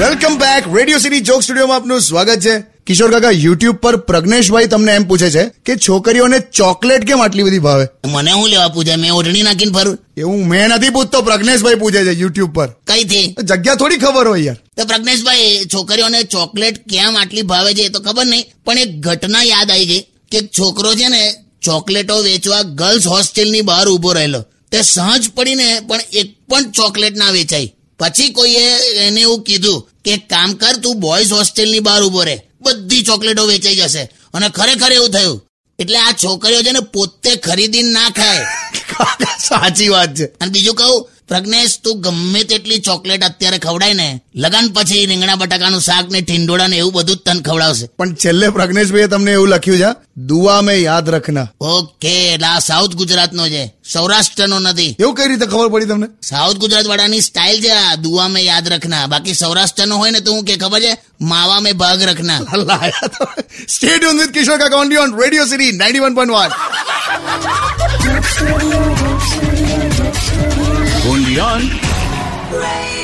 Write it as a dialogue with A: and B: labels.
A: Welcome back Radio City joke સ્ટુડિયોમાં આપનું સ્વાગત છે કિશોર કાકા યુટ્યુબ પર પ્રજ્ઞેશભાઈ તમને એમ પૂછે છે કે છોકરીઓને ચોકલેટ કેમ આટલી બધી ભાવે
B: મને હું લેવા પૂછે મેં ઓઢણી નાખીને ફરું
A: એવું મેં નથી પૂછતો પ્રજ્ઞેશભાઈ પૂછે છે યુટ્યુબ પર
B: કઈ થી
A: જગ્યા થોડી ખબર હોય યાર
B: તો પ્રજ્ઞેશભાઈ છોકરીઓને ચોકલેટ કેમ આટલી ભાવે છે એ તો ખબર નહીં પણ એક ઘટના યાદ આવી ગઈ કે એક છોકરો છે ને ચોકલેટો વેચવા ગર્લ્સ હોસ્ટેલની બહાર ઊભો રહેલો તે સહજ પડીને પણ એક પણ ચોકલેટ ના વેચાઈ પછી કોઈએ એને એવું કીધું કે એક કામ કર તું બોયઝ હોસ્ટેલની બહાર ઊભો રહે બધી ચોકલેટો વેચાઈ જશે અને ખરેખર એવું થયું એટલે આ છોકરીઓ છે ને પોતે ખરીદી ના ખાય
A: કાકા સાચી વાત છે
B: અને બીજું કહું પ્રજ્ઞેશ તું ગમે તેટલી ચોકલેટ અત્યારે ખવડાય ને લગન પછી રીંગણા બટાકાનું શાક ને ટીંડોળા ને એવું બધું જ તને ખવડાવશે
A: પણ છેલ્લે પ્રજ્ઞેશભાઈએ તમને એવું લખ્યું છે દુઆ મેં યાદ રખના
B: ઓકે એટલે આ સાઉથ ગુજરાતનો છે સૌરાષ્ટ્રનો નથી
A: એવું કઈ રીતે ખબર પડી તમને
B: સાઉથ ગુજરાત વાળાની સ્ટાઇલ છે આ દુઆ મેં યાદ રાખના બાકી સૌરાષ્ટ્રનો હોય ને તો હું કે ખબર છે માવા મેં ભાગ રાખના
A: સ્ટેટ ઓન વિથ કિશોર કાકા on on radio city ninety one point one
C: Undian.
D: Radio